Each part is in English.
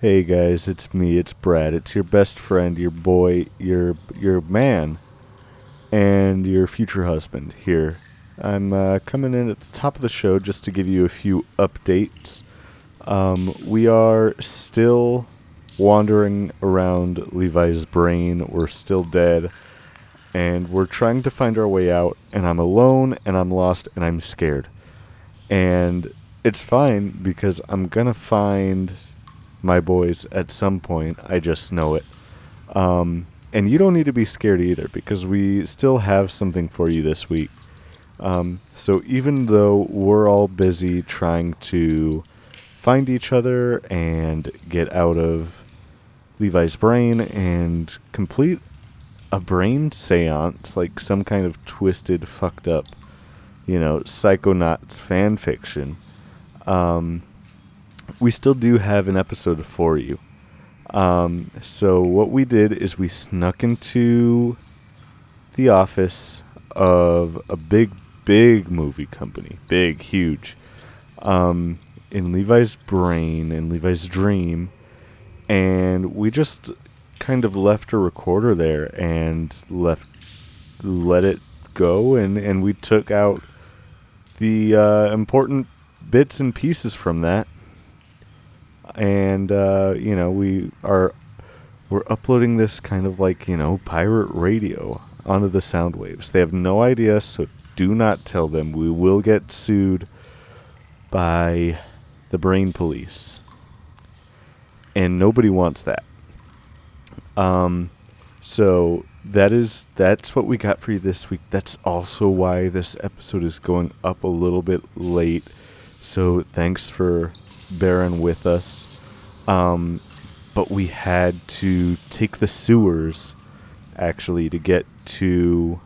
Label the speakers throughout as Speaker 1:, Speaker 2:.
Speaker 1: Hey guys, it's me, it's Brad. It's your best friend, your boy, your your man, and your future husband here. I'm uh, coming in at the top of the show just to give you a few updates. Um, we are still wandering around Levi's brain. We're still dead, and we're trying to find our way out. And I'm alone, and I'm lost, and I'm scared and it's fine because I'm gonna find my boys at some point. I just know it. Um, and you don't need to be scared either because we still have something for you this week. Um, so even though we're all busy trying to find each other and get out of Levi's brain and complete a brain seance, like some kind of twisted, fucked up, you know, psychonauts fan fiction, um, we still do have an episode for you. Um, so what we did is we snuck into the office of a big, big movie company, big, huge, um, in Levi's brain, in Levi's dream, and we just kind of left a recorder there and left let it go and and we took out the uh, important bits and pieces from that and uh, you know we are we're uploading this kind of like you know pirate radio onto the sound waves they have no idea so do not tell them we will get sued by the brain police and nobody wants that um, so that is that's what we got for you this week. That's also why this episode is going up a little bit late. So thanks for bearing with us. Um, but we had to take the sewers actually to get to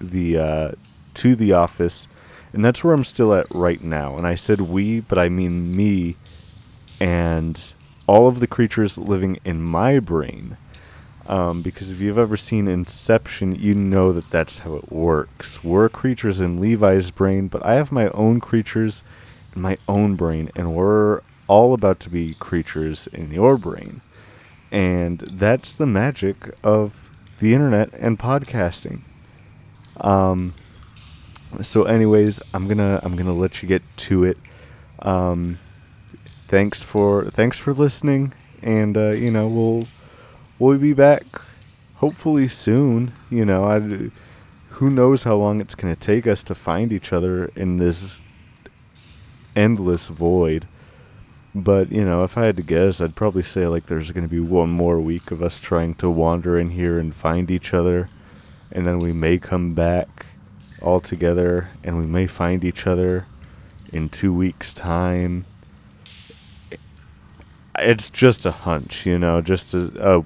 Speaker 1: the uh, to the office, and that's where I'm still at right now. And I said we, but I mean me and all of the creatures living in my brain um, because if you've ever seen Inception, you know that that's how it works. We're creatures in Levi's brain, but I have my own creatures in my own brain, and we're all about to be creatures in your brain. And that's the magic of the internet and podcasting. Um, so, anyways, I'm gonna I'm gonna let you get to it. Um, thanks for thanks for listening, and uh, you know we'll we'll be back hopefully soon. You know, I, who knows how long it's going to take us to find each other in this endless void. But, you know, if I had to guess, I'd probably say like there's going to be one more week of us trying to wander in here and find each other. And then we may come back all together and we may find each other in two weeks' time it's just a hunch, you know, just a, a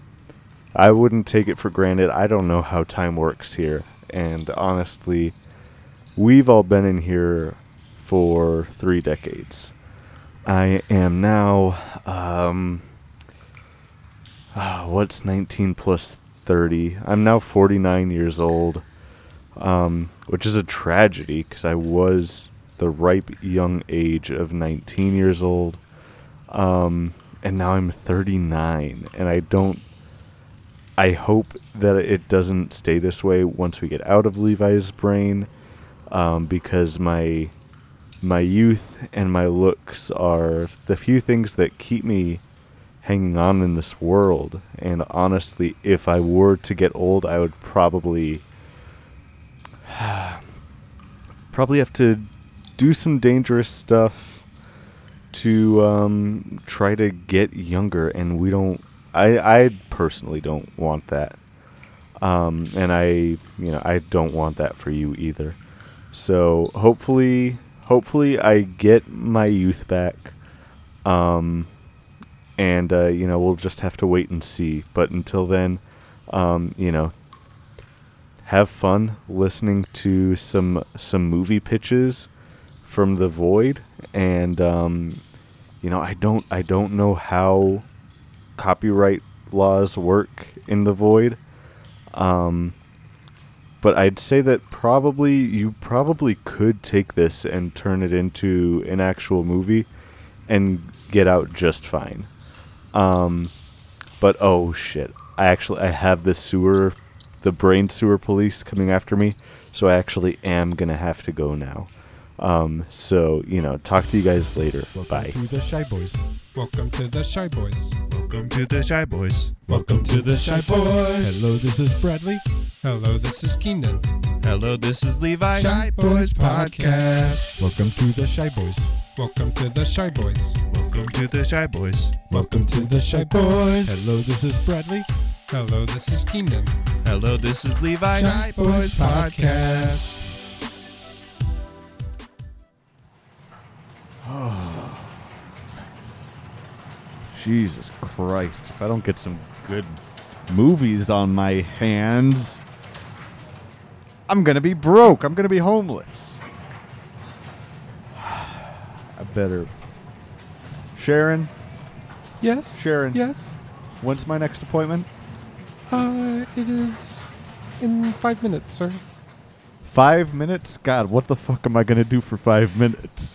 Speaker 1: I wouldn't take it for granted. I don't know how time works here. And honestly, we've all been in here for 3 decades. I am now um ah, what's 19 plus 30? I'm now 49 years old. Um which is a tragedy cuz I was the ripe young age of 19 years old um, and now I'm 39, and I don't. I hope that it doesn't stay this way once we get out of Levi's brain, um, because my my youth and my looks are the few things that keep me hanging on in this world. And honestly, if I were to get old, I would probably probably have to do some dangerous stuff to um, try to get younger, and we don't. I I personally don't want that, um, and I you know I don't want that for you either. So hopefully, hopefully I get my youth back, um, and uh, you know we'll just have to wait and see. But until then, um, you know, have fun listening to some some movie pitches from the void and um, you know i don't i don't know how copyright laws work in the void um, but i'd say that probably you probably could take this and turn it into an actual movie and get out just fine Um, but oh shit! I actually I have the sewer, the brain sewer police coming after me, so I actually am gonna have to go now. Um, so you know, talk to you guys later.
Speaker 2: Welcome
Speaker 1: Bye.
Speaker 2: to the Shy Boys.
Speaker 3: Welcome to the Shy Boys.
Speaker 4: Welcome to the Shy Boys.
Speaker 3: Welcome to the Shy Boys.
Speaker 2: Hello, this is Bradley.
Speaker 3: Hello, this is Keenan.
Speaker 4: Hello, this is Levi.
Speaker 3: Shy Boys Podcast.
Speaker 2: Welcome to the Shy Boys.
Speaker 3: Welcome to the Shy Boys.
Speaker 4: Welcome to the Shy Boys.
Speaker 3: Welcome to the Shy Boys.
Speaker 2: Hello, this is Bradley.
Speaker 3: Hello, this is Keenan.
Speaker 4: Hello, this is Levi.
Speaker 3: Shy Boys Podcast.
Speaker 1: Jesus Christ! If I don't get some good movies on my hands, I'm gonna be broke. I'm gonna be homeless. I better. Sharon,
Speaker 5: Yes.
Speaker 1: Sharon,
Speaker 5: Yes.
Speaker 1: when's my next appointment?
Speaker 5: Uh, it is in five minutes, sir.
Speaker 1: Five minutes? God, what the fuck am I going to do for five minutes?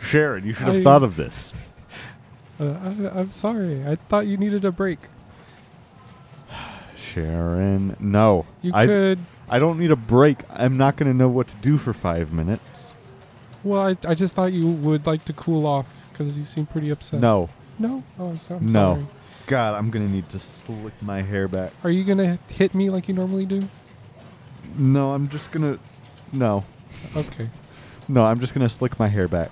Speaker 1: Sharon, you should have
Speaker 5: I-
Speaker 1: thought of this.
Speaker 5: Uh, I, I'm sorry. I thought you needed a break.
Speaker 1: Sharon, no.
Speaker 5: You
Speaker 1: I,
Speaker 5: could.
Speaker 1: I don't need a break. I'm not going to know what to do for five minutes.
Speaker 5: Well, I, I just thought you would like to cool off because you seem pretty upset.
Speaker 1: No.
Speaker 5: No. Oh, so, I'm
Speaker 1: No.
Speaker 5: sorry.
Speaker 1: God, I'm going to need to slick my hair back.
Speaker 5: Are you gonna hit me like you normally do?
Speaker 1: No, I'm just going to. No.
Speaker 5: Okay.
Speaker 1: No, I'm just going to slick my hair back.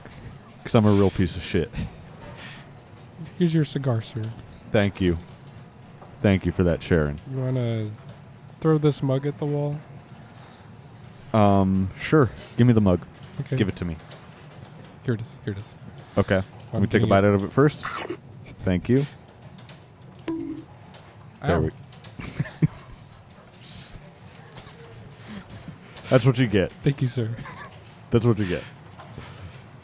Speaker 1: Because I'm a real piece of shit.
Speaker 5: Here's your cigar, sir.
Speaker 1: Thank you. Thank you for that, Sharon.
Speaker 5: You wanna throw this mug at the wall?
Speaker 1: Um, sure. Give me the mug.
Speaker 5: Okay.
Speaker 1: Give it to me.
Speaker 5: Here it is. Here it is.
Speaker 1: Okay. Let me take a
Speaker 5: doing
Speaker 1: bite
Speaker 5: it.
Speaker 1: out of it first. Thank you. There
Speaker 5: Ow.
Speaker 1: we That's what you get.
Speaker 5: Thank you, sir.
Speaker 1: That's what you get.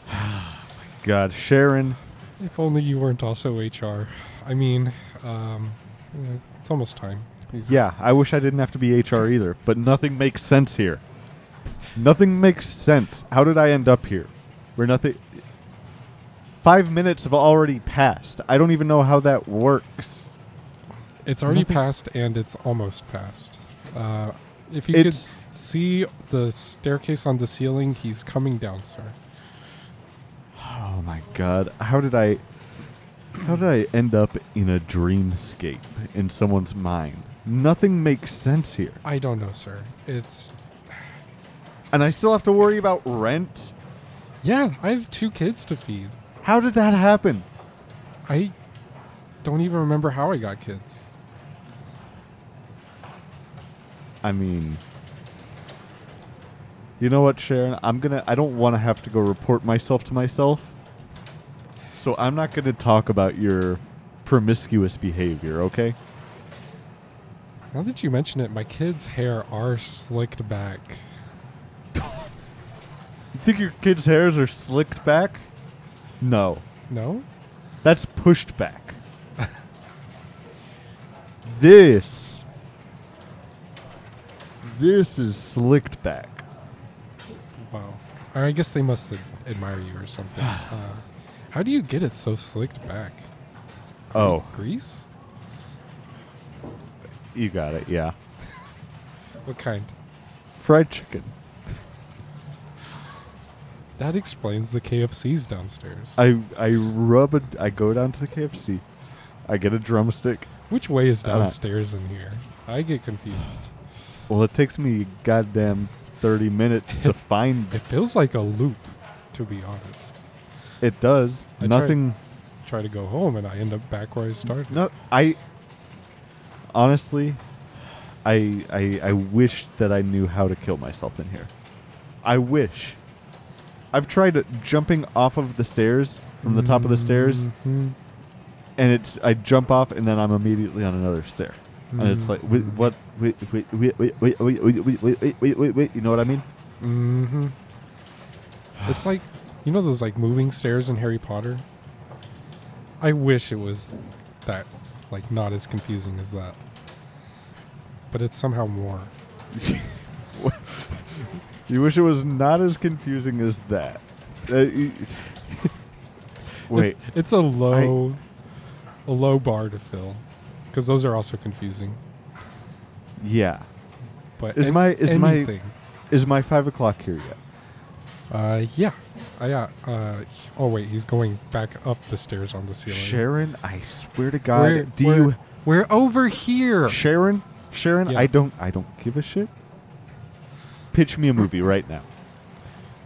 Speaker 1: Oh God, Sharon.
Speaker 5: If only you weren't also HR. I mean, um, you know, it's almost time. He's-
Speaker 1: Yeah, I wish I didn't have to be HR either, but nothing makes sense here. Nothing makes sense. How did I end up here? Where nothing. Five minutes have already passed. I don't even know how that works.
Speaker 5: It's already
Speaker 1: Nothing-
Speaker 5: passed and it's almost passed. Uh, if you
Speaker 1: It's-
Speaker 5: could see the staircase on the ceiling, he's coming down, sir.
Speaker 1: Oh my god. How did I. How did I end up in a dreamscape in someone's mind? Nothing makes sense here.
Speaker 5: I don't know, sir. It's
Speaker 1: And I still have to worry about rent?
Speaker 5: yeah. I have two kids to feed.
Speaker 1: How did that happen?
Speaker 5: I don't even remember how I got kids.
Speaker 1: I mean, you know what, Sharon? I'm gonna. I don't want to have to go report myself to myself. So I'm not gonna talk about your promiscuous behavior, okay?
Speaker 5: Now that you mention it, my kids' hair are slicked back.
Speaker 1: You think your kids' hairs are slicked back? No,
Speaker 5: No,
Speaker 1: that's pushed back. this. This is slicked back.
Speaker 5: wow. Or I guess they must ad- admire you or something. Uh, how do you get it so slicked back?
Speaker 1: Oh,
Speaker 5: Grease?
Speaker 1: you got it. Yeah.
Speaker 5: What kind?
Speaker 1: Fried chicken.
Speaker 5: That explains the KFC's downstairs.
Speaker 1: I I rub a I go down to the KFC. I get a drumstick.
Speaker 5: Which way is
Speaker 1: I don't-
Speaker 5: downstairs in here? I get confused.
Speaker 1: Well, it takes me goddamn 30 minutes to find
Speaker 5: It feels like a loop, to be honest.
Speaker 1: it does.
Speaker 5: I try-
Speaker 1: Nothing
Speaker 5: Try to go home and I end up back where I started.
Speaker 1: no I honestly I I I wish that I knew how to kill myself in here. I wish. I've tried jumping off of the stairs from the top of the stairs
Speaker 5: Mhm.
Speaker 1: and it's I jump off and then I'm immediately on another stair. And it's
Speaker 5: Mm.
Speaker 1: like wait, what wait wait wait wait wait wait wait wait wait wait wait wait wait you know what I mean?
Speaker 5: Mhm. It's like you know those like moving stairs in Harry Potter. I wish it was that, like not as confusing as that. But it's somehow more.
Speaker 1: You wish it was not as confusing as that. Uh, y- wait,
Speaker 5: It's a low, a low bar to fill because those are also confusing.
Speaker 1: Yeah.
Speaker 5: But
Speaker 1: Is
Speaker 5: an-
Speaker 1: my- is my-
Speaker 5: anything.
Speaker 1: Is my five o'clock here yet?
Speaker 5: Uh, yeah. I, uh, uh, oh, wait. He's going back up the stairs on the ceiling.
Speaker 1: Sharon, I swear to God,
Speaker 5: We're-
Speaker 1: do
Speaker 5: we're-
Speaker 1: you
Speaker 5: We're over here.
Speaker 1: Sharon? Sharon,
Speaker 5: Yeah.
Speaker 1: I don't I don't give a shit. Pitch me a movie right now.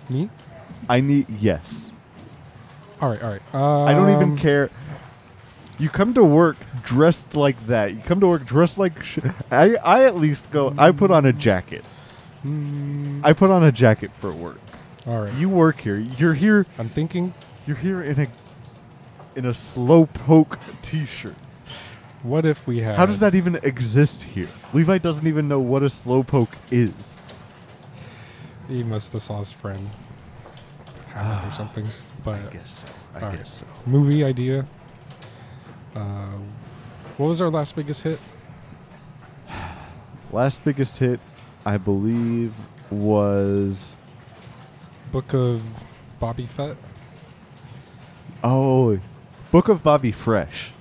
Speaker 5: Me?
Speaker 1: I need yes.
Speaker 5: All right, all right. Um,
Speaker 1: I don't even care. You come to work dressed like that. You come to work dressed like sh- I I at least go I put on a jacket.
Speaker 5: mm,
Speaker 1: I put on a jacket for work.
Speaker 5: all right.
Speaker 1: You work here. You're here
Speaker 5: I'm thinking,
Speaker 1: you're here in a in a slow poke t-shirt.
Speaker 5: what if we had?
Speaker 1: How does that even exist here? Levi doesn't even know what a slowpoke is.
Speaker 5: He must have saw his friend have it
Speaker 1: Ah,
Speaker 5: or something. But
Speaker 1: guess so.
Speaker 5: I Alright. guess movie idea. Uh, what was our last biggest hit?
Speaker 1: Last biggest hit, I believe, was
Speaker 5: Book of Bobby Fett.
Speaker 1: oh, Book of Bobby Fresh.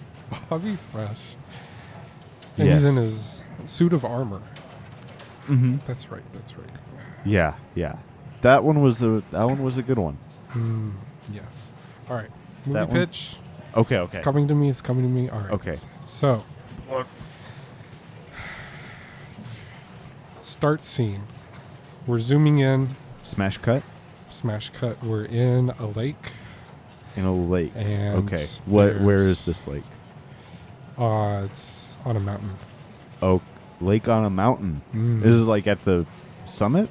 Speaker 5: Bobby Fresh. And he's
Speaker 1: Yes.
Speaker 5: in his suit of armor.
Speaker 1: Mm-hmm.
Speaker 5: That's right. That's right.
Speaker 1: Yeah, yeah. That one was a that one was a good one.
Speaker 5: Mm, yes. All right. Movie
Speaker 1: That one?
Speaker 5: pitch.
Speaker 1: Okay, okay.
Speaker 5: It's coming to me. It's coming to me. All right.
Speaker 1: Okay.
Speaker 5: So. Start scene. We're zooming in.
Speaker 1: Smash cut
Speaker 5: Smash cut. We're in a lake.
Speaker 1: in a lake.
Speaker 5: And
Speaker 1: Okay, what? Where is
Speaker 5: there's-
Speaker 1: this lake?
Speaker 5: Uh, it's on a mountain.
Speaker 1: Oh, lake on a mountain.
Speaker 5: Mm.
Speaker 1: Is it like at the summit?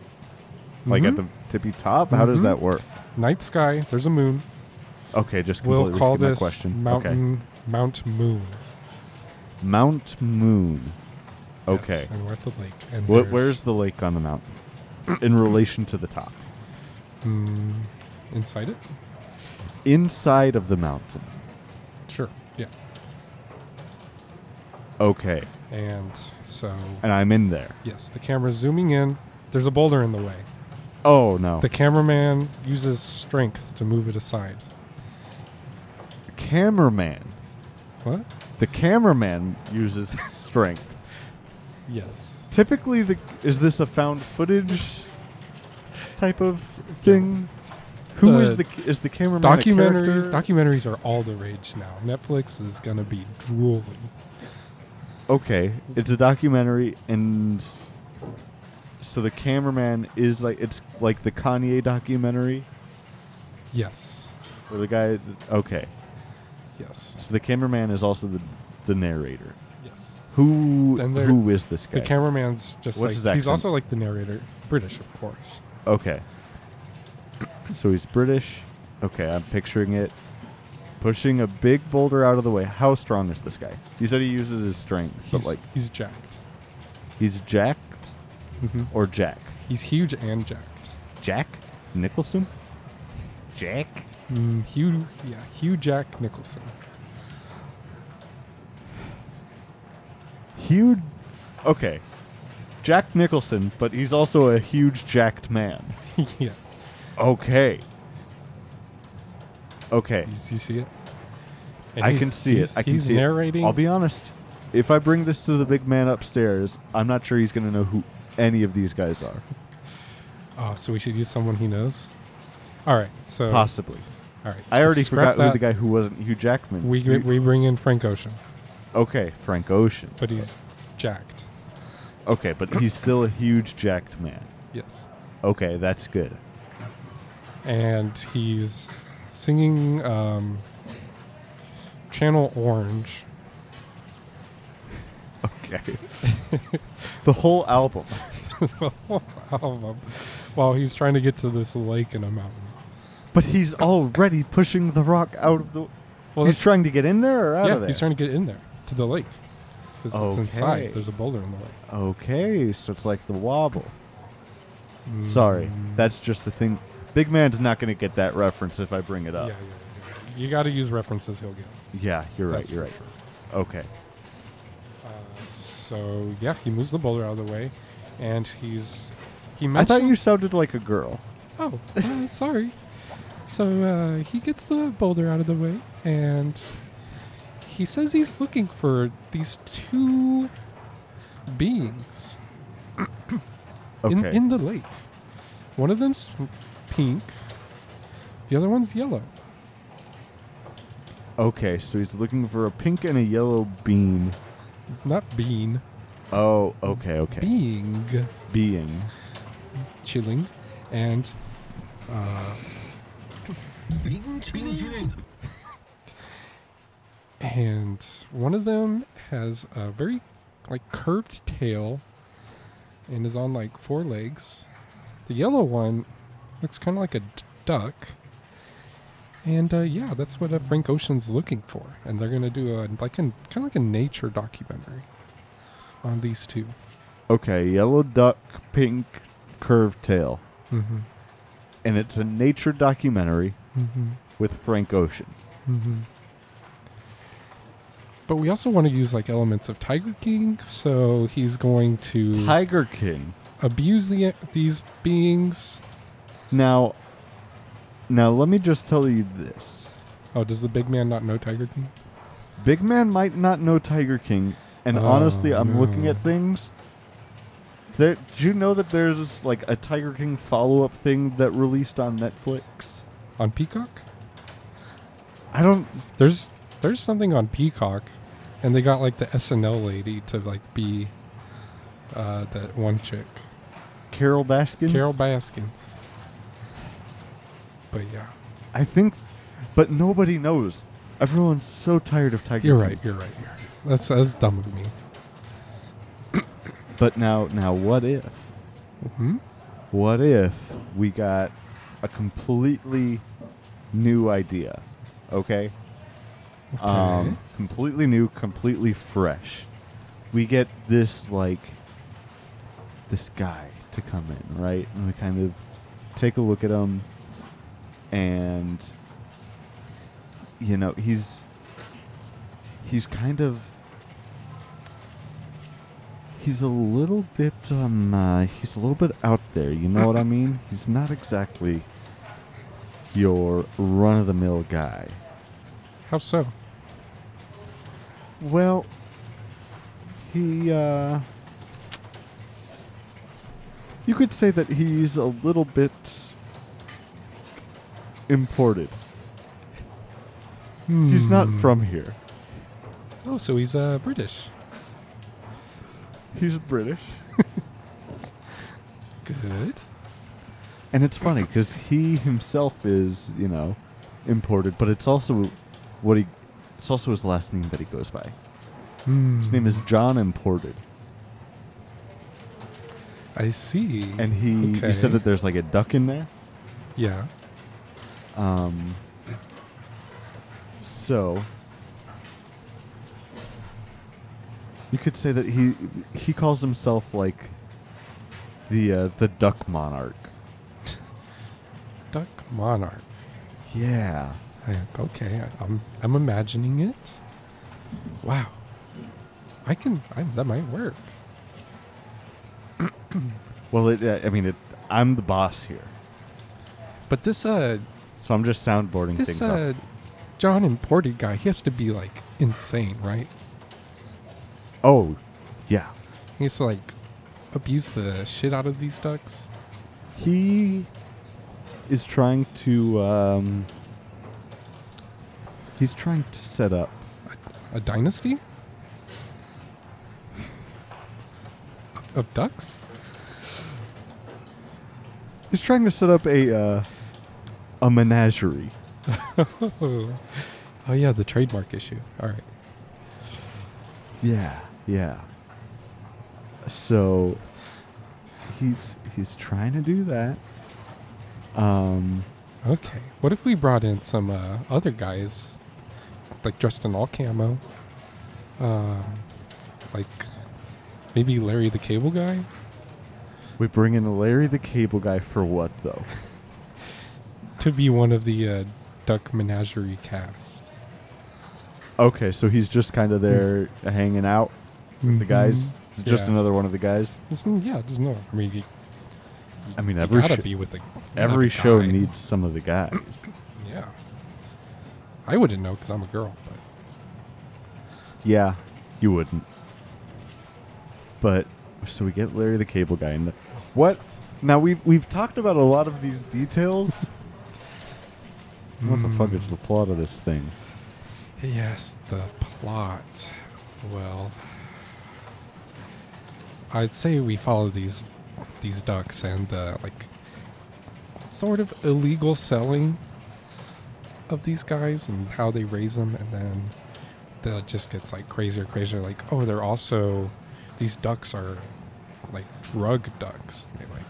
Speaker 1: Like at the
Speaker 5: Mhm.
Speaker 1: tippy top? How does
Speaker 5: Mhm.
Speaker 1: that work?
Speaker 5: night sky. There's a moon.
Speaker 1: Okay, just completely
Speaker 5: We'll call
Speaker 1: skip my
Speaker 5: this
Speaker 1: question. okay.
Speaker 5: mountain Mount Moon.
Speaker 1: Mount Moon.
Speaker 5: Yes,
Speaker 1: Okay.
Speaker 5: and we're at the lake. And
Speaker 1: Wh-
Speaker 5: there's-
Speaker 1: where's the lake on the mountain in relation to the top?
Speaker 5: Mm, inside it?
Speaker 1: Inside of the mountain.
Speaker 5: Sure. Yeah.
Speaker 1: Okay.
Speaker 5: And so
Speaker 1: And I'm in there.
Speaker 5: yes, the camera's zooming in. There's a boulder in the way.
Speaker 1: Oh, no.
Speaker 5: The
Speaker 1: The
Speaker 5: cameraman uses strength to move it aside.
Speaker 1: cameraman.
Speaker 5: What?
Speaker 1: The cameraman uses strength.
Speaker 5: Yes.
Speaker 1: Typically, the is this a found footage type of thing? Who is
Speaker 5: The
Speaker 1: the is the cameraman? a
Speaker 5: Documentaries
Speaker 1: character?
Speaker 5: documentaries are all the rage now. Netflix is gonna be drooling.
Speaker 1: okay, it's a documentary, and so the cameraman is like it's like the Kanye documentary
Speaker 5: Yes.
Speaker 1: where the guy. Okay,
Speaker 5: Yes.
Speaker 1: so the cameraman is also the the narrator.
Speaker 5: Yes.
Speaker 1: Who
Speaker 5: And there-
Speaker 1: who is this guy?
Speaker 5: The cameraman's just
Speaker 1: What's his
Speaker 5: like he's
Speaker 1: accent?
Speaker 5: also like the narrator. British, of course.
Speaker 1: Okay, so he's British. Okay, I'm picturing it. Pushing a big boulder out of the way. How strong is this guy? You said he uses his strength,
Speaker 5: He's
Speaker 1: but like
Speaker 5: he's jacked.
Speaker 1: he's jacked
Speaker 5: Mhm.
Speaker 1: or Jack?
Speaker 5: He's huge and jacked.
Speaker 1: Jack Nicholson? Jack?
Speaker 5: Mm, Hugh, yeah, Hugh Jack Nicholson.
Speaker 1: Huge. Okay. Jack Nicholson, but he's also a huge jacked man.
Speaker 5: yeah,
Speaker 1: Okay. Okay.
Speaker 5: you, you see it? And
Speaker 1: I
Speaker 5: he-
Speaker 1: can see it.
Speaker 5: he's-
Speaker 1: I can
Speaker 5: he's
Speaker 1: see
Speaker 5: narrating.
Speaker 1: it. I'll be honest. If I bring this to the big man upstairs, I'm not sure he's going to know who any of these guys are.
Speaker 5: Oh, so we should use someone he knows. All right, so
Speaker 1: Possibly.
Speaker 5: All right,
Speaker 1: I already forgot
Speaker 5: scrap
Speaker 1: who the
Speaker 5: that.
Speaker 1: guy who wasn't Hugh Jackman.
Speaker 5: We
Speaker 1: Hugh-
Speaker 5: we bring in Frank Ocean,
Speaker 1: okay, Frank Ocean.
Speaker 5: but he's jacked.
Speaker 1: okay, but he's still a huge jacked man.
Speaker 5: Yes,
Speaker 1: Okay, that's good.
Speaker 5: and he's singing um, Channel Orange.
Speaker 1: Okay. the whole album.
Speaker 5: album while he's trying to get to this lake in a mountain.
Speaker 1: But he's already pushing the rock out of the.
Speaker 5: Well,
Speaker 1: he's
Speaker 5: that's-
Speaker 1: trying to get in there or out
Speaker 5: yeah,
Speaker 1: of there?
Speaker 5: he's trying to get in there to the lake. 'Cause it's
Speaker 1: Okay.
Speaker 5: inside. There's a boulder in the lake.
Speaker 1: okay, so it's like the wobble.
Speaker 5: Mm.
Speaker 1: Sorry, that's just the thing. Big Man's not going to get that reference if I bring it
Speaker 5: Yeah,
Speaker 1: up.
Speaker 5: yeah, yeah. You got to use references. He'll get.
Speaker 1: Yeah, you're right,
Speaker 5: That's
Speaker 1: you're
Speaker 5: for
Speaker 1: right. Okay.
Speaker 5: So yeah, he moves the boulder out of the way, and he's he
Speaker 1: I
Speaker 5: mentions.
Speaker 1: thought you sounded like a girl.
Speaker 5: Oh, uh, sorry. So uh, he gets the boulder out of the way, and he says he's looking for these two beings
Speaker 1: Okay.
Speaker 5: in, in the lake. One of them's pink, the other one's yellow.
Speaker 1: okay, so he's looking for a pink and a yellow bean.
Speaker 5: Not bean,
Speaker 1: Oh, okay, okay.
Speaker 5: being
Speaker 1: Being.
Speaker 5: chilling. And uh, and one of them has a very like curved tail and is on like four legs. The yellow one looks kind of like a d- duck. And uh, yeah, that's what uh, Frank Ocean's looking for, and they're gonna do a like a kind of like a nature documentary on these 2
Speaker 1: Okay, yellow duck, pink curved tail.
Speaker 5: Mm-hmm.
Speaker 1: And it's a nature documentary
Speaker 5: Mm-hmm.
Speaker 1: with Frank Ocean.
Speaker 5: Mm-hmm. But we also want to use like elements of Tiger King, so he's going to
Speaker 1: Tiger King.
Speaker 5: abuse the these beings.
Speaker 1: Now, now let me just tell you this:
Speaker 5: Oh, does the big man not know Tiger King?
Speaker 1: Big Man might not know Tiger King, and
Speaker 5: Oh,
Speaker 1: honestly, I'm looking
Speaker 5: no.
Speaker 1: at things. There, did you know that there's like a Tiger King follow-up thing that released on Netflix?
Speaker 5: On Peacock?
Speaker 1: I don't.
Speaker 5: There's there's something on Peacock, and they got like the SNL lady to like be uh, that one chick,
Speaker 1: Carol Baskins.
Speaker 5: Carol Baskins. But yeah,
Speaker 1: I think, but nobody knows. Everyone's so tired of Tiger.
Speaker 5: you're
Speaker 1: King.
Speaker 5: right. You're right. You're right. That's that's dumb of me.
Speaker 1: But now, now, what if?
Speaker 5: Hmm?
Speaker 1: What if we got a completely new idea? Okay?
Speaker 5: Okay.
Speaker 1: Um, completely new, completely fresh. We get this, like, this guy to come in, right? And we kind of take a look at him, and, you know, he's, he's kind of, he's a little bit um uh, he's a little bit out there you know what i mean he's not exactly your run-of-the-mill guy
Speaker 5: How so?
Speaker 1: well he uh you could say that he's a little bit imported he's not
Speaker 5: Hmm.
Speaker 1: from here
Speaker 5: Oh, so he's uh, British.
Speaker 1: he's british
Speaker 5: Good.
Speaker 1: And it's funny because he himself is, you know, imported, but it's also what he, it's also his last name that he goes by. His name
Speaker 5: Hmm.
Speaker 1: is John Imported,
Speaker 5: I see.
Speaker 1: and he you
Speaker 5: Okay.
Speaker 1: said that there's like a duck in there.
Speaker 5: yeah.
Speaker 1: Um, so you could say that he he calls himself like the uh, the duck monarch.
Speaker 5: Duck Monarch.
Speaker 1: Yeah.
Speaker 5: I, okay, I, I'm I'm imagining it. Wow, I can. I, that might work.
Speaker 1: Well, it, uh, I mean, it, I'm the boss here,
Speaker 5: But this uh
Speaker 1: so I'm just soundboarding
Speaker 5: this
Speaker 1: things up.
Speaker 5: uh John imported guy, he has to be like insane, right?
Speaker 1: Oh, yeah.
Speaker 5: He has to like abuse the shit out of these ducks.
Speaker 1: He is trying to. Um, he's trying to set up.
Speaker 5: A dynasty of ducks.
Speaker 1: He's trying to set up a uh, a menagerie.
Speaker 5: Oh, oh yeah, the trademark issue. All right.
Speaker 1: Yeah, yeah. So he's he's trying to do that. Um,
Speaker 5: Okay. What if we brought in some uh, other guys, like dressed in all camo, um, like maybe Larry the Cable Guy?
Speaker 1: we bring in Larry the Cable Guy for what though?
Speaker 5: to be one of the uh, Duck Menagerie cast.
Speaker 1: Okay, so he's just kind of there hanging out with the guys.
Speaker 5: Mhm.
Speaker 1: He's just
Speaker 5: Yeah.
Speaker 1: another one of the guys.
Speaker 5: Just, mm, yeah, just no. I mean, you, you-
Speaker 1: I mean,
Speaker 5: you
Speaker 1: every
Speaker 5: gotta
Speaker 1: sh-
Speaker 5: be with the another
Speaker 1: Every show
Speaker 5: guy.
Speaker 1: needs some of the guys.
Speaker 5: Yeah, I wouldn't know because I'm a girl, but
Speaker 1: Yeah, you wouldn't. But so we get Larry the Cable Guy in the what? Now we've we've talked about a lot of these details. What the fuck is the plot of this thing?
Speaker 5: Yes, the plot. Well, I'd say we follow these these ducks and uh, like sort of illegal selling of these guys and how they raise them, and then that just gets like crazier, and crazier. Like, oh, they're also these ducks are like drug ducks. They like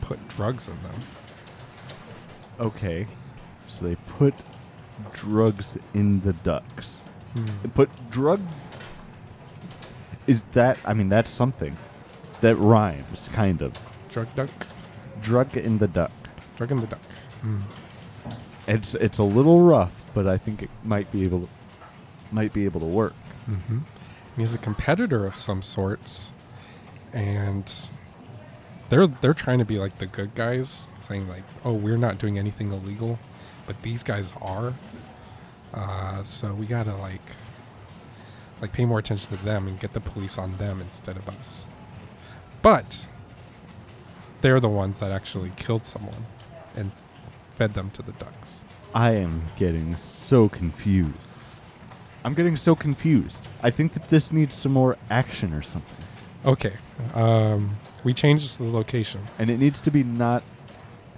Speaker 5: put drugs in them.
Speaker 1: Okay, so they put drugs in the ducks.
Speaker 5: Hmm,
Speaker 1: They put drug. Is that? I mean, that's something that rhymes, kind of.
Speaker 5: Drug duck,
Speaker 1: Drug in the duck.
Speaker 5: drug in the duck.
Speaker 1: It's it's a little rough, but I think it might be able to, might be able to work.
Speaker 5: He's a competitor of some sorts, and they're they're trying to be like the good guys, saying like, "Oh, we're not doing anything illegal," but these guys are. Uh, so we gotta like like pay more attention to them and get the police on them instead of us. But they're the ones that actually killed someone and fed them to the ducks.
Speaker 1: I am getting so confused. I'm getting so confused. I think that this needs some more action or something.
Speaker 5: Okay, um, we changed the location.
Speaker 1: And it needs to be not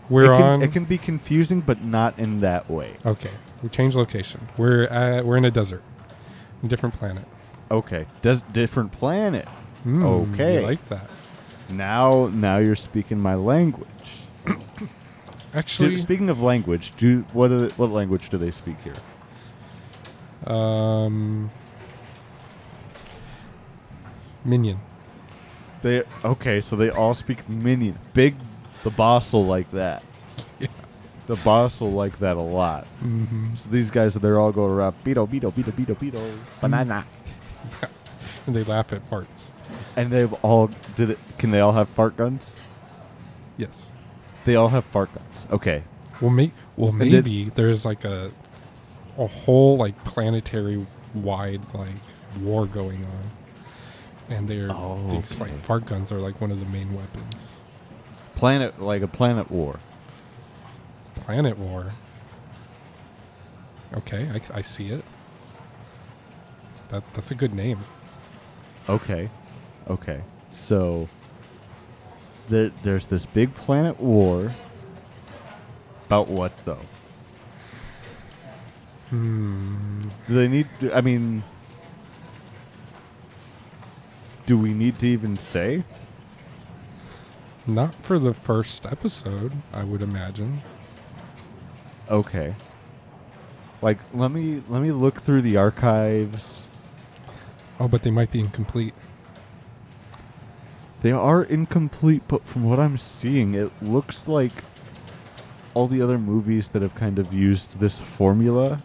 Speaker 5: We're
Speaker 1: it can,
Speaker 5: on.
Speaker 1: it can be confusing but not in that way.
Speaker 5: Okay, we change location. We're at, we're in a desert, a different planet.
Speaker 1: Okay. Does different planet.
Speaker 5: Mm, you
Speaker 1: Okay.
Speaker 5: like that.
Speaker 1: Now now you're speaking my language.
Speaker 5: Actually,
Speaker 1: Speaking of language, do what are the, what language do they speak here?
Speaker 5: um, minion.
Speaker 1: They okay, so they all speak minion. Big the bossel like that.
Speaker 5: Yeah.
Speaker 1: The bossel like that a lot.
Speaker 5: Mm-hmm.
Speaker 1: So these guys they're all going around beetle beetle beetle beetle beetle
Speaker 5: Mm.
Speaker 1: banana.
Speaker 5: And they laugh at farts.
Speaker 1: And they've all did it can they all have fart guns?
Speaker 5: Yes.
Speaker 1: They all have fart guns. Okay.
Speaker 5: Well, may- well
Speaker 1: And it-
Speaker 5: maybe there's like a a whole like planetary wide like war going on, and they're
Speaker 1: Oh,
Speaker 5: these
Speaker 1: okay.
Speaker 5: like fart guns are like one of the main weapons.
Speaker 1: Planet like a planet war.
Speaker 5: Planet War. Okay, I, I see it. That that's a good name.
Speaker 1: Okay. Okay. So the, there's this big planet war. About what though? Hmm. Do they need to, I mean Do we need to even say?
Speaker 5: Not for the first episode, I would imagine.
Speaker 1: Okay. Like let me let me look through the archives.
Speaker 5: Oh, but they might be incomplete.
Speaker 1: They are incomplete, but from what I'm seeing, it looks like all the other movies that have kind of used this formula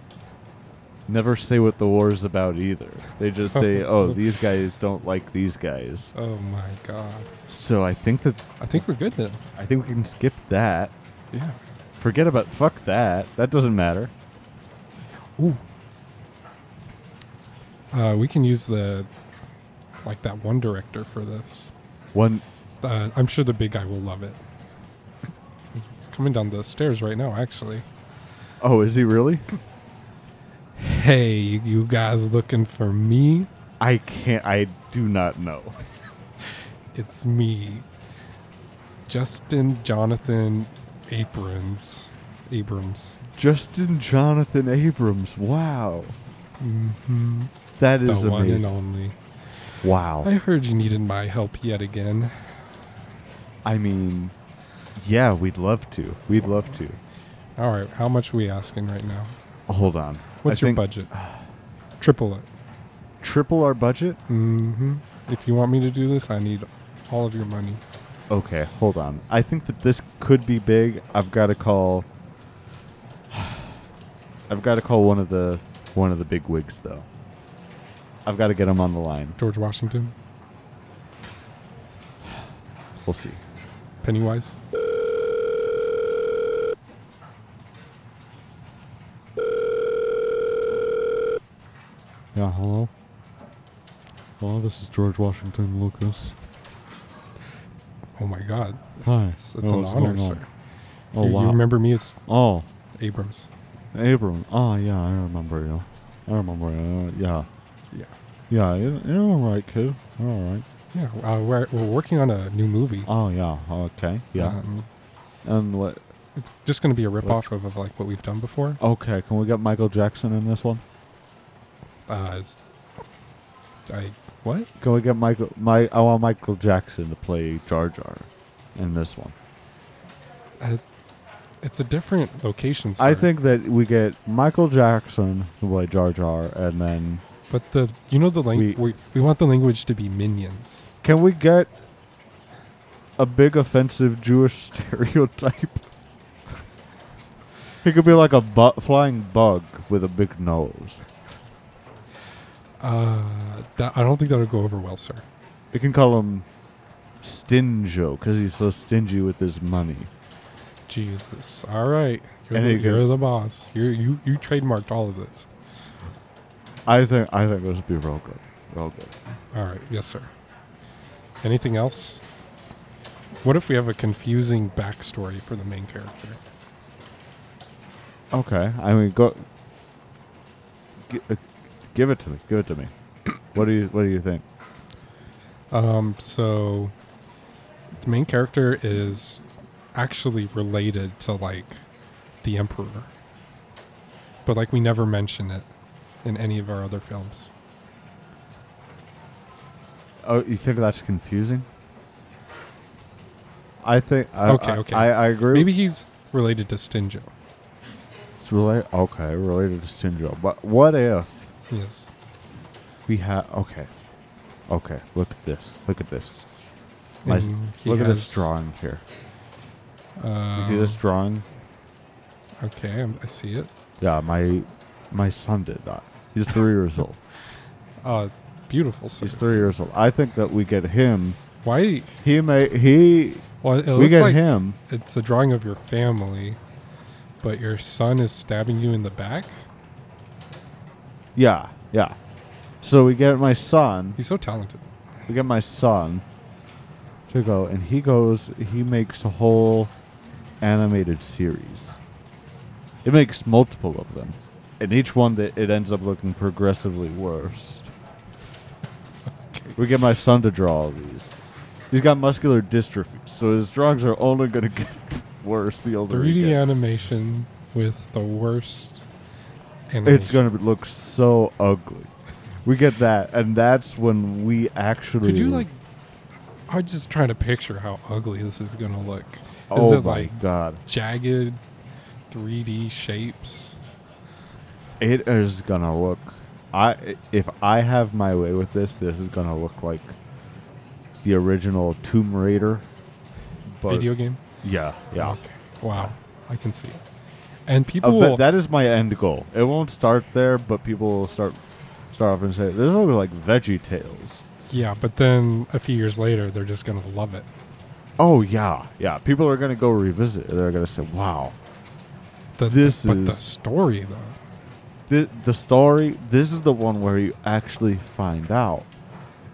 Speaker 1: never say what the war is about either. They just say, oh, these guys don't like these guys.
Speaker 5: Oh my god.
Speaker 1: So I think that
Speaker 5: I think we're good then.
Speaker 1: I think we can skip that.
Speaker 5: Yeah.
Speaker 1: Forget about fuck that. That doesn't matter.
Speaker 5: Ooh. Uh, we can use the like that one director for this.
Speaker 1: One
Speaker 5: Uh, I'm sure the big guy will love it. It's coming down the stairs right now, actually.
Speaker 1: Oh, is he really?
Speaker 5: Hey, you guys looking for me?
Speaker 1: I can't I do not know.
Speaker 5: It's me, Justin Jonathan Aprons. Abrams.
Speaker 1: Justin Jonathan Abrams. Wow.
Speaker 5: Mm-hmm.
Speaker 1: That
Speaker 5: The
Speaker 1: is
Speaker 5: one and
Speaker 1: amazing.
Speaker 5: only.
Speaker 1: Wow.
Speaker 5: I heard you needed my help yet again.
Speaker 1: I mean, yeah, we'd love to. We'd love to.
Speaker 5: All right, how much are we asking right now?
Speaker 1: Hold on. I
Speaker 5: What's your
Speaker 1: think
Speaker 5: budget? Triple it.
Speaker 1: Triple our budget?
Speaker 5: Mm-hmm. If you want me to do this, I need all of your money.
Speaker 1: Okay, hold on. I think that this could be big. I've got to call. I've got to call one of the one of the big wigs though. I've got to get him on the line.
Speaker 5: George Washington,
Speaker 1: We'll see.
Speaker 5: Pennywise.
Speaker 1: Yeah, hello. Well, this is George Washington Lucas.
Speaker 5: Oh my God.
Speaker 1: Hi.
Speaker 5: It's, it's
Speaker 1: Oh,
Speaker 5: an
Speaker 1: what's
Speaker 5: honor,
Speaker 1: going on?
Speaker 5: sir.
Speaker 1: Oh,
Speaker 5: you, you
Speaker 1: wow.
Speaker 5: remember me? It's
Speaker 1: Oh,
Speaker 5: Abrams.
Speaker 1: Abram. Oh, yeah, I remember you. I remember you. Uh, yeah.
Speaker 5: Yeah.
Speaker 1: Yeah, you- you're all right, kid. You're all right.
Speaker 5: Yeah. Uh, we're, we're working on a new movie.
Speaker 1: Oh, yeah. Okay. Yeah.
Speaker 5: Um,
Speaker 1: and what?
Speaker 5: it's just going to be a ripoff of, of like what we've done before.
Speaker 1: Okay, can we get Michael Jackson in this one?
Speaker 5: Uh, it's, I what?
Speaker 1: Can we get Michael? My I want Michael Jackson to play Jar Jar in this one.
Speaker 5: Uh, it's a different location.
Speaker 1: I
Speaker 5: sir.
Speaker 1: think that we get Michael Jackson to play Jar Jar, and then
Speaker 5: But the you know the
Speaker 1: We-
Speaker 5: language we, we want the language to be minions.
Speaker 1: can we get a big offensive Jewish stereotype? he could be like a bu- flying bug with a big nose.
Speaker 5: Uh, that I don't think that'll go over well, sir.
Speaker 1: They can call him Stingo because he's so stingy with his money.
Speaker 5: Jesus. All right. You're,
Speaker 1: And
Speaker 5: the,
Speaker 1: it could-
Speaker 5: you're the boss. You you you trademarked all of this.
Speaker 1: I think I think this would be real good, real good.
Speaker 5: All right. Yes, sir. Anything else? What if we have a confusing backstory for the main character?
Speaker 1: Okay, I mean, go. Gi- uh, give it to me. Give it to me. what do you What do you think?
Speaker 5: Um, so the main character is actually related to like the emperor, but like we never mention it in any of our other films.
Speaker 1: Oh, you think that's confusing? I think. I,
Speaker 5: Okay,
Speaker 1: I-
Speaker 5: okay.
Speaker 1: I, I agree.
Speaker 5: Maybe he's related to Stingo.
Speaker 1: it's related. Okay, related to Stingo. But what if
Speaker 5: Yes.
Speaker 1: we have? Okay, okay. Look at this. Look at this. My,
Speaker 5: And Mm, he
Speaker 1: look at
Speaker 5: has,
Speaker 1: this drawing here.
Speaker 5: Uh,
Speaker 1: You see this drawing?
Speaker 5: Um, Okay, I'm, I see it.
Speaker 1: Yeah, my my son did that. He's three years old.
Speaker 5: Oh, it's beautiful. Sir.
Speaker 1: He's three years old. I think that we get him.
Speaker 5: Why?
Speaker 1: He may he
Speaker 5: Well, it
Speaker 1: we
Speaker 5: looks
Speaker 1: get
Speaker 5: like
Speaker 1: him.
Speaker 5: it's a drawing of your family, but your son is stabbing you in the back.
Speaker 1: Yeah, yeah. So we get my son.
Speaker 5: He's so talented.
Speaker 1: We get my son to go, and he goes. He makes a whole animated series. It makes multiple of them, and each one that it ends up looking progressively worse. We get my son to draw all these. He's got muscular dystrophy, so his drawings are only going to get worse the older he
Speaker 5: 3D
Speaker 1: gets.
Speaker 5: animation with the worst. Animation.
Speaker 1: It's going to look so ugly. We get that, and that's when we actually.
Speaker 5: Could you like? I'm just trying to picture how ugly this is gonna look. Is
Speaker 1: Oh
Speaker 5: it
Speaker 1: my
Speaker 5: like
Speaker 1: god!
Speaker 5: jagged, 3D shapes?
Speaker 1: It is gonna look. I if I have my way with this, this is gonna look like the original Tomb Raider. But
Speaker 5: Video game?
Speaker 1: Yeah, yeah.
Speaker 5: Okay. Wow, I can see it. And
Speaker 1: Uh,
Speaker 5: people
Speaker 1: tha-
Speaker 5: will
Speaker 1: that is my end goal. It won't start there, but people will start start off and say, "This looks like Veggie Tales."
Speaker 5: Yeah, but then a few years later, they're just gonna love it.
Speaker 1: Oh yeah, yeah. People are gonna go revisit. it. They're gonna say, "Wow,
Speaker 5: The,
Speaker 1: This
Speaker 5: the, but the
Speaker 1: is-
Speaker 5: story though.
Speaker 1: the the story this is the one where you actually find out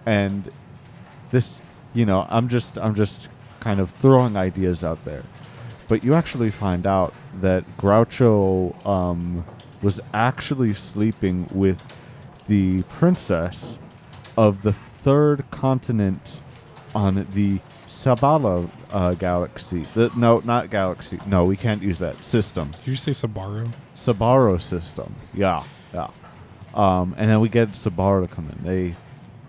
Speaker 1: and this you know i'm just i'm just kind of throwing ideas out there but you actually find out that groucho um, was actually sleeping with the princess of the third continent on the sabala uh, galaxy the, no not galaxy no we can't use that system
Speaker 5: Did you say Sabaru?
Speaker 1: Sabaro system. Yeah, yeah. Um, and then we get Sabaro to come in. They,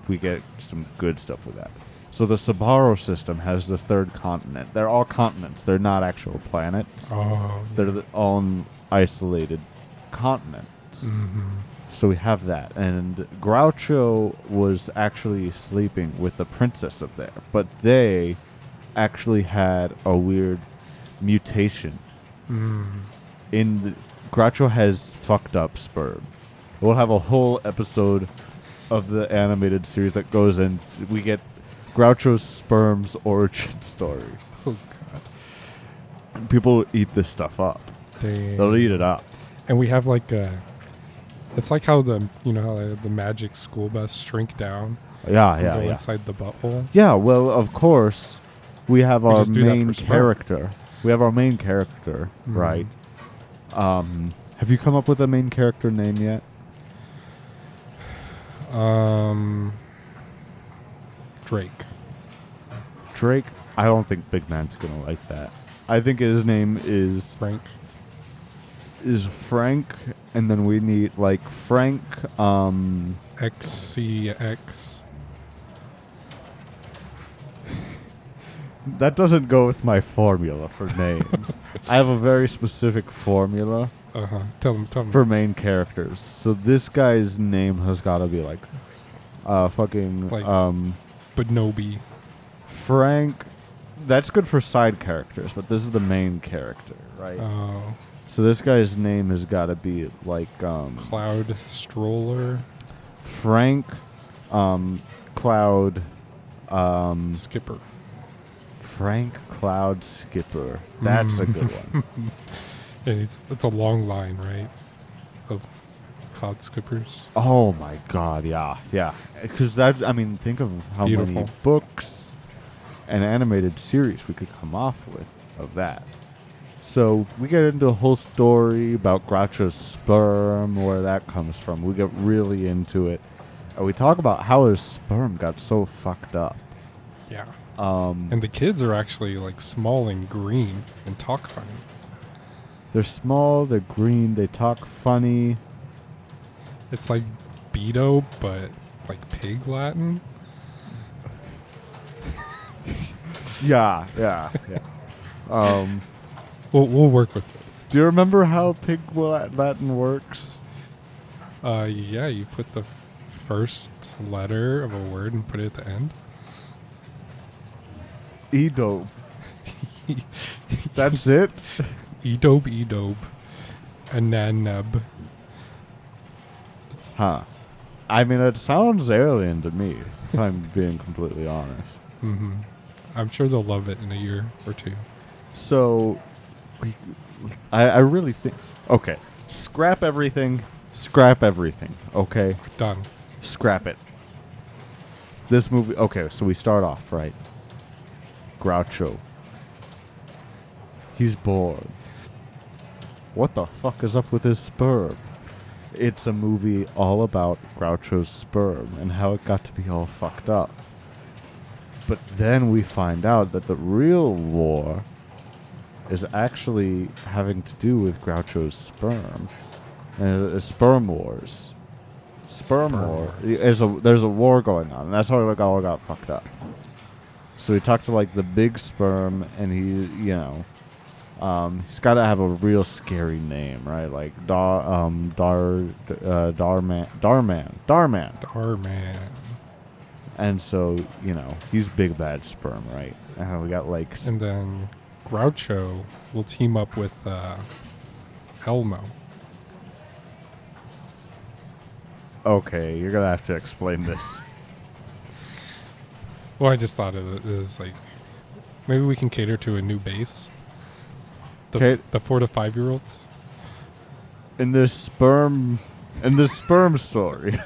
Speaker 1: we get some good stuff with that. So the Sabaro system has the third continent. They're all continents. They're not actual planets.
Speaker 5: Oh,
Speaker 1: They're the own isolated continents.
Speaker 5: hmm
Speaker 1: So we have that. And Groucho was actually sleeping with the princess up there, but they actually had a weird mutation in the, Groucho has fucked up sperm. We'll have a whole episode of the animated series that goes in. We get Groucho's sperm's origin story.
Speaker 5: Oh god.
Speaker 1: People eat this stuff up.
Speaker 5: Dang.
Speaker 1: They'll eat it up.
Speaker 5: And we have like a. It's like how the you know how the magic school bus shrink down.
Speaker 1: Yeah,
Speaker 5: and
Speaker 1: yeah,
Speaker 5: go
Speaker 1: yeah.
Speaker 5: inside the butthole.
Speaker 1: Yeah, well, of course, we have
Speaker 5: We
Speaker 1: our
Speaker 5: just do that
Speaker 1: main
Speaker 5: for sport.
Speaker 1: character. We have our main character,
Speaker 5: Mhm.
Speaker 1: right? Um, have you come up with a main character name yet?
Speaker 5: Um, Drake.
Speaker 1: Drake. I don't think Big Man's gonna like that. I think his name is
Speaker 5: Frank.
Speaker 1: is Frank, and then we need like Frank. Um,
Speaker 5: XCX.
Speaker 1: that doesn't go with my formula for names. I have a very specific formula
Speaker 5: Uh huh. Tell them. Tell them.
Speaker 1: for main characters. So this guy's name has got to be like, uh, fucking
Speaker 5: Like-
Speaker 1: um,
Speaker 5: Benobi.
Speaker 1: Frank. That's good for side characters, but this is the main character, right?
Speaker 5: Oh,
Speaker 1: so this guy's name has got to be like um,
Speaker 5: Cloud Stroller.
Speaker 1: Frank, um, Cloud, um,
Speaker 5: Skipper.
Speaker 1: Frank Cloud Skipper. That's a good one.
Speaker 5: And it's it's a long line, right? Of Cloud Skippers.
Speaker 1: Oh my God! Yeah, yeah. Because that, I mean, think of how many
Speaker 5: Beautiful.
Speaker 1: books and animated series we could come off with of that. So we get into a whole story about Groucho's sperm, where that comes from. We get really into it, and we talk about how his sperm got so fucked up.
Speaker 5: Yeah.
Speaker 1: Um,
Speaker 5: And the kids are actually like small and green and talk funny.
Speaker 1: They're small, they're green, they talk funny.
Speaker 5: It's like Beto, but like pig Latin.
Speaker 1: Yeah, yeah, yeah. um,
Speaker 5: We'll, we'll work with it.
Speaker 1: do you remember how pig Lat- Latin works?
Speaker 5: Uh, yeah, you put the first letter of a word and put it at the end.
Speaker 1: Edo. E That's it?
Speaker 5: Edobe, edobe, ananeb.
Speaker 1: Huh. I mean, it sounds alien to me, if I'm being completely honest.
Speaker 5: hmm I'm sure they'll love it in a year or two.
Speaker 1: So, we, I, I really think. Okay, scrap everything. Scrap everything, okay?
Speaker 5: Done.
Speaker 1: Scrap it. This movie. Okay, so we start off right. Groucho. He's bored. What the fuck is up with his sperm? It's a movie all about Groucho's sperm and how it got to be all fucked up. But then we find out that the real war is actually having to do with Groucho's sperm. And it's sperm wars sperm,
Speaker 5: Sperm
Speaker 1: war.
Speaker 5: wars.
Speaker 1: There's a there's a war going on, and that's how it all got fucked up. So he talked to like the big sperm, and he you know, um, he's got to have a real scary name, right? Like Dar um Dar uh, Darman Darman Darman,
Speaker 5: Dar man.
Speaker 1: and so you know he's big bad sperm, right? And we got like s-
Speaker 5: And then Groucho will team up with uh, Elmo.
Speaker 1: okay, you're gonna have to explain this.
Speaker 5: Well, I just thought of it as like maybe we can cater to a new base. The, f-
Speaker 1: Okay.
Speaker 5: the four to five year olds.
Speaker 1: In this sperm, in this sperm story.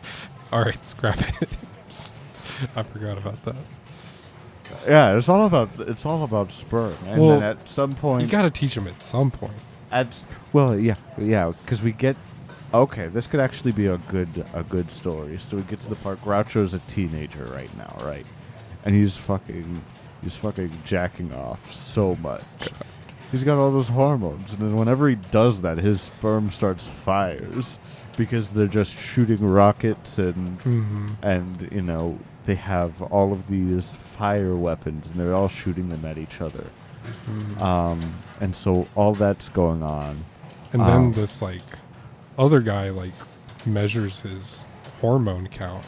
Speaker 5: All right, scrap it. I forgot about that.
Speaker 1: Yeah, it's all about it's all about sperm, and
Speaker 5: Well,
Speaker 1: then at some
Speaker 5: You
Speaker 1: point,
Speaker 5: got to teach them at some point.
Speaker 1: at s- well, yeah, yeah, because we get okay. This could actually be a good a good story. So we get to the part. Groucho's a teenager right now, right? And he's fucking he's fucking jacking off so much. He's got all those hormones, and then whenever he does that, his sperm starts fires because they're just shooting rockets and
Speaker 5: hmm
Speaker 1: and you know they have all of these fire weapons and they're all shooting them at each other um, and so all that's going on
Speaker 5: And
Speaker 1: Um,
Speaker 5: then this like other guy like measures his hormone count,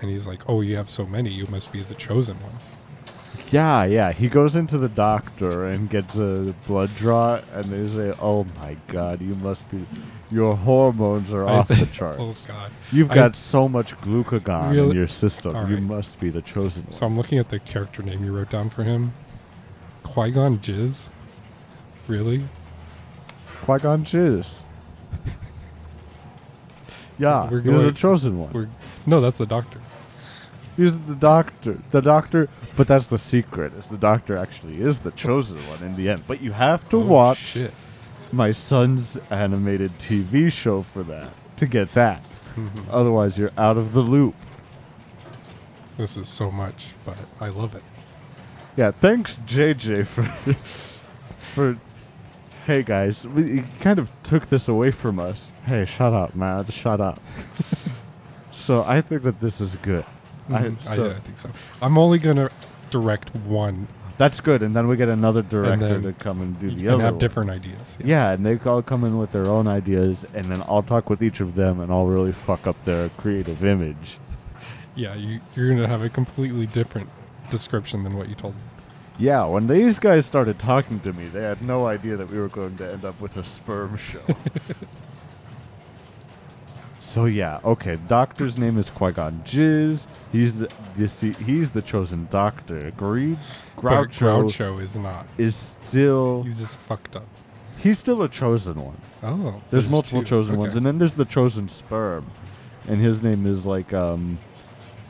Speaker 5: and he's like, "Oh, you have so many. You must be the chosen one."
Speaker 1: yeah yeah he goes into the doctor and gets a blood draw and they say oh my god you must be your hormones are
Speaker 5: I
Speaker 1: off the
Speaker 5: said,
Speaker 1: chart
Speaker 5: Oh God.
Speaker 1: you've
Speaker 5: I-
Speaker 1: got so much glucagon in
Speaker 5: Really?
Speaker 1: your system
Speaker 5: All
Speaker 1: you
Speaker 5: right.
Speaker 1: must be the chosen one
Speaker 5: So I'm looking at the character name you wrote down for him. Qui Gon Jizz. Really?
Speaker 1: qui-gon Jizz. yeah
Speaker 5: We're
Speaker 1: you're the
Speaker 5: going-
Speaker 1: chosen one
Speaker 5: We're no, that's the doctor.
Speaker 1: He's the doctor. The doctor. But that's the secret. Is the doctor actually is the chosen one in the end? But you have to
Speaker 5: Oh,
Speaker 1: watch
Speaker 5: Shit.
Speaker 1: my son's animated TV show for that to get that. Otherwise, you're out of the loop.
Speaker 5: This is so much, but I love it.
Speaker 1: Yeah, thanks JJ for for Hey guys, we you kind of took this away from us. Hey, shut up, man. Shut up. so I think that this is good.
Speaker 5: Mhm.
Speaker 1: I,
Speaker 5: I,
Speaker 1: so
Speaker 5: I think so. I'm only gonna direct one
Speaker 1: that's good, and then we get another director
Speaker 5: then
Speaker 1: to come and do the
Speaker 5: and
Speaker 1: other.
Speaker 5: have
Speaker 1: one.
Speaker 5: different ideas.
Speaker 1: Yeah, and they all come in with their own ideas, and then I'll talk with each of them, and I'll really fuck up their creative image.
Speaker 5: Yeah, you, you're gonna have a completely different description than what you told me.
Speaker 1: Yeah, when these guys started talking to me, they had no idea that we were going to end up with a sperm show. so yeah, okay. Doctor's name is Qui Gon Jizz. He's the, the se- he's the chosen doctor. Agreed.
Speaker 5: But
Speaker 1: Groucho,
Speaker 5: Groucho is not.
Speaker 1: is still
Speaker 5: He's just fucked up.
Speaker 1: he's still a chosen one.
Speaker 5: Oh,
Speaker 1: There's, multiple
Speaker 5: two.
Speaker 1: chosen
Speaker 5: Okay.
Speaker 1: ones, and then there's the chosen sperm, and his name is like um,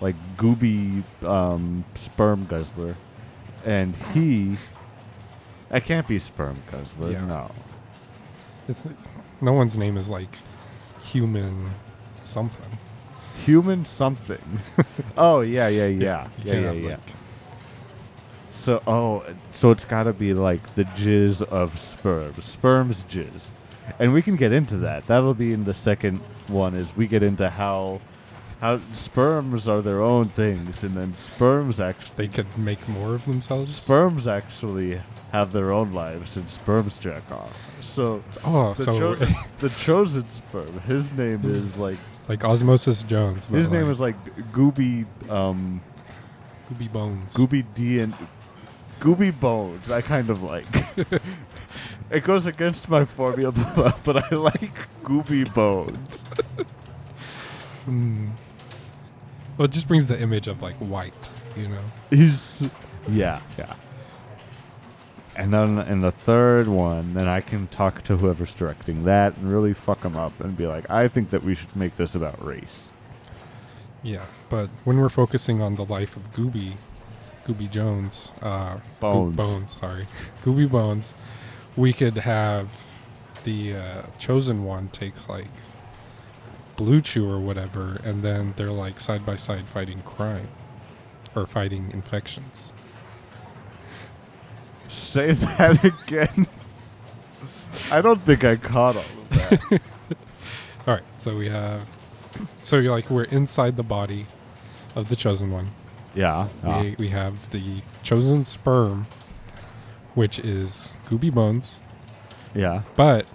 Speaker 1: like Gooby um, sperm guzzler, and he, I can't be sperm guzzler.
Speaker 5: Yeah.
Speaker 1: No,
Speaker 5: It's, no one's name is like human something.
Speaker 1: human something. oh yeah yeah yeah
Speaker 5: You
Speaker 1: yeah
Speaker 5: can't
Speaker 1: yeah
Speaker 5: have,
Speaker 1: yeah.
Speaker 5: like-
Speaker 1: so oh, so it's got to be like the jizz of sperm, sperm's jizz, and we can get into that. That'll be in the second one. Is we get into how how sperms are their own things, and then sperms actually
Speaker 5: they could make more of themselves.
Speaker 1: sperms actually have their own lives, and sperms jack off. So
Speaker 5: oh,
Speaker 1: the,
Speaker 5: so
Speaker 1: chosen, the chosen sperm, his name is like
Speaker 5: like Osmosis Jones. but
Speaker 1: his name
Speaker 5: like
Speaker 1: is like Gooby um
Speaker 5: Gooby Bones.
Speaker 1: Gooby D and Gooby Bones. I kind of like. it goes against my formula, but I like Gooby Bones.
Speaker 5: Mm. Well, it just brings the image of like white, you know.
Speaker 1: He's yeah, yeah. And then in the third one, then I can talk to whoever's directing that and really fuck them up and be like, I think that we should make this about race.
Speaker 5: Yeah, but when we're focusing on the life of Gooby, Gooby Jones, uh, Goo-
Speaker 1: Bones.
Speaker 5: Bones, sorry, Gooby Bones, we could have the uh, chosen one take like Blue Chew or whatever, and then they're like side by side fighting crime or fighting infections.
Speaker 1: Say that again. I don't think I caught all of that.
Speaker 5: All right, so we have, so you're like we're inside the body of the chosen one.
Speaker 1: yeah. ah.
Speaker 5: We, we have the chosen sperm, which is Gooby Bones,
Speaker 1: yeah.
Speaker 5: but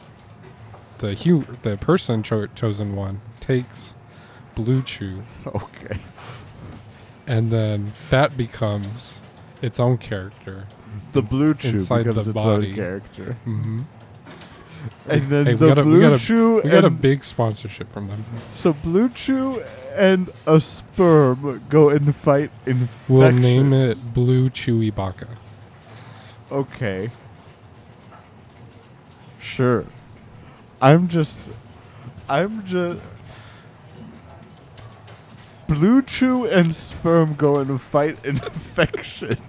Speaker 5: the hu- the person cho- chosen one takes Blue Chew,
Speaker 1: Okay.
Speaker 5: and then that becomes its own character.
Speaker 1: The blue chew
Speaker 5: Inside
Speaker 1: becomes
Speaker 5: the
Speaker 1: its
Speaker 5: body.
Speaker 1: own character.
Speaker 5: hmm
Speaker 1: And then
Speaker 5: Hey, we
Speaker 1: the
Speaker 5: got a we
Speaker 1: blue
Speaker 5: got
Speaker 1: chew
Speaker 5: a we got a
Speaker 1: and-
Speaker 5: big sponsorship from them.
Speaker 1: so blue chew and a sperm go and fight infections.
Speaker 5: We'll name it Blue Chewy Baka.
Speaker 1: Okay. Sure. I'm just I'm just Blue chew and sperm go and fight infections.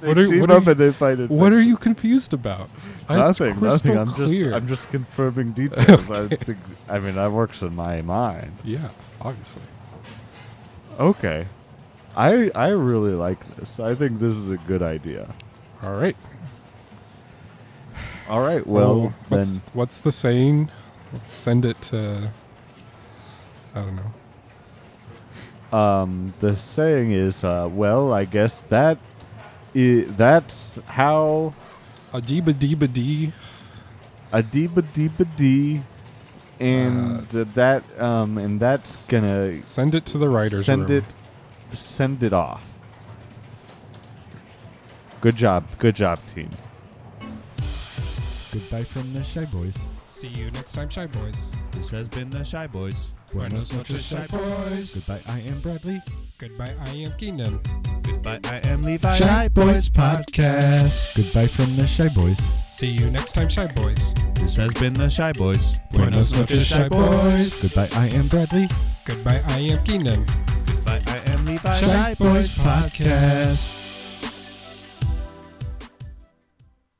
Speaker 1: They
Speaker 5: What are-
Speaker 1: team
Speaker 5: what are
Speaker 1: up
Speaker 5: you-
Speaker 1: and they fight infections.
Speaker 5: What are you confused about? It's
Speaker 1: nothing, nothing.
Speaker 5: crystal
Speaker 1: I'm
Speaker 5: clear.
Speaker 1: just, I'm just confirming details. I think, I mean, that works in my mind.
Speaker 5: yeah, obviously.
Speaker 1: Okay, I, I really like this. I think this is a good idea.
Speaker 5: All right.
Speaker 1: All right, well then,
Speaker 5: what's, what's the saying? Send it to. I don't know.
Speaker 1: um, the saying is, uh, well, I guess that, I, that's how
Speaker 5: Adiba deba dee.
Speaker 1: a deeba deeba dee, and
Speaker 5: Uh,
Speaker 1: that, um, and that's gonna
Speaker 5: Send it to the writers.
Speaker 1: send
Speaker 5: room.
Speaker 1: it send it off good job good job team
Speaker 3: Goodbye from the Shy Boys.
Speaker 6: See you next time, Shy Boys.
Speaker 4: This has been the Shy Boys.
Speaker 6: Buenos noches, Shy Boys.
Speaker 3: Goodbye, I am Bradley.
Speaker 6: Goodbye, I am Kingdom.
Speaker 4: Goodbye, I am Levi.
Speaker 6: Podcast.
Speaker 3: Goodbye from the Shy Boys.
Speaker 6: See you next time, Shy Boys.
Speaker 4: This has been the Shy Boys.
Speaker 6: Buenos noches, Shy Boys.
Speaker 3: Goodbye, I am Bradley.
Speaker 4: Goodbye, I am Keenan.
Speaker 5: Goodbye, I am Levi.
Speaker 4: Shy Boys Podcast.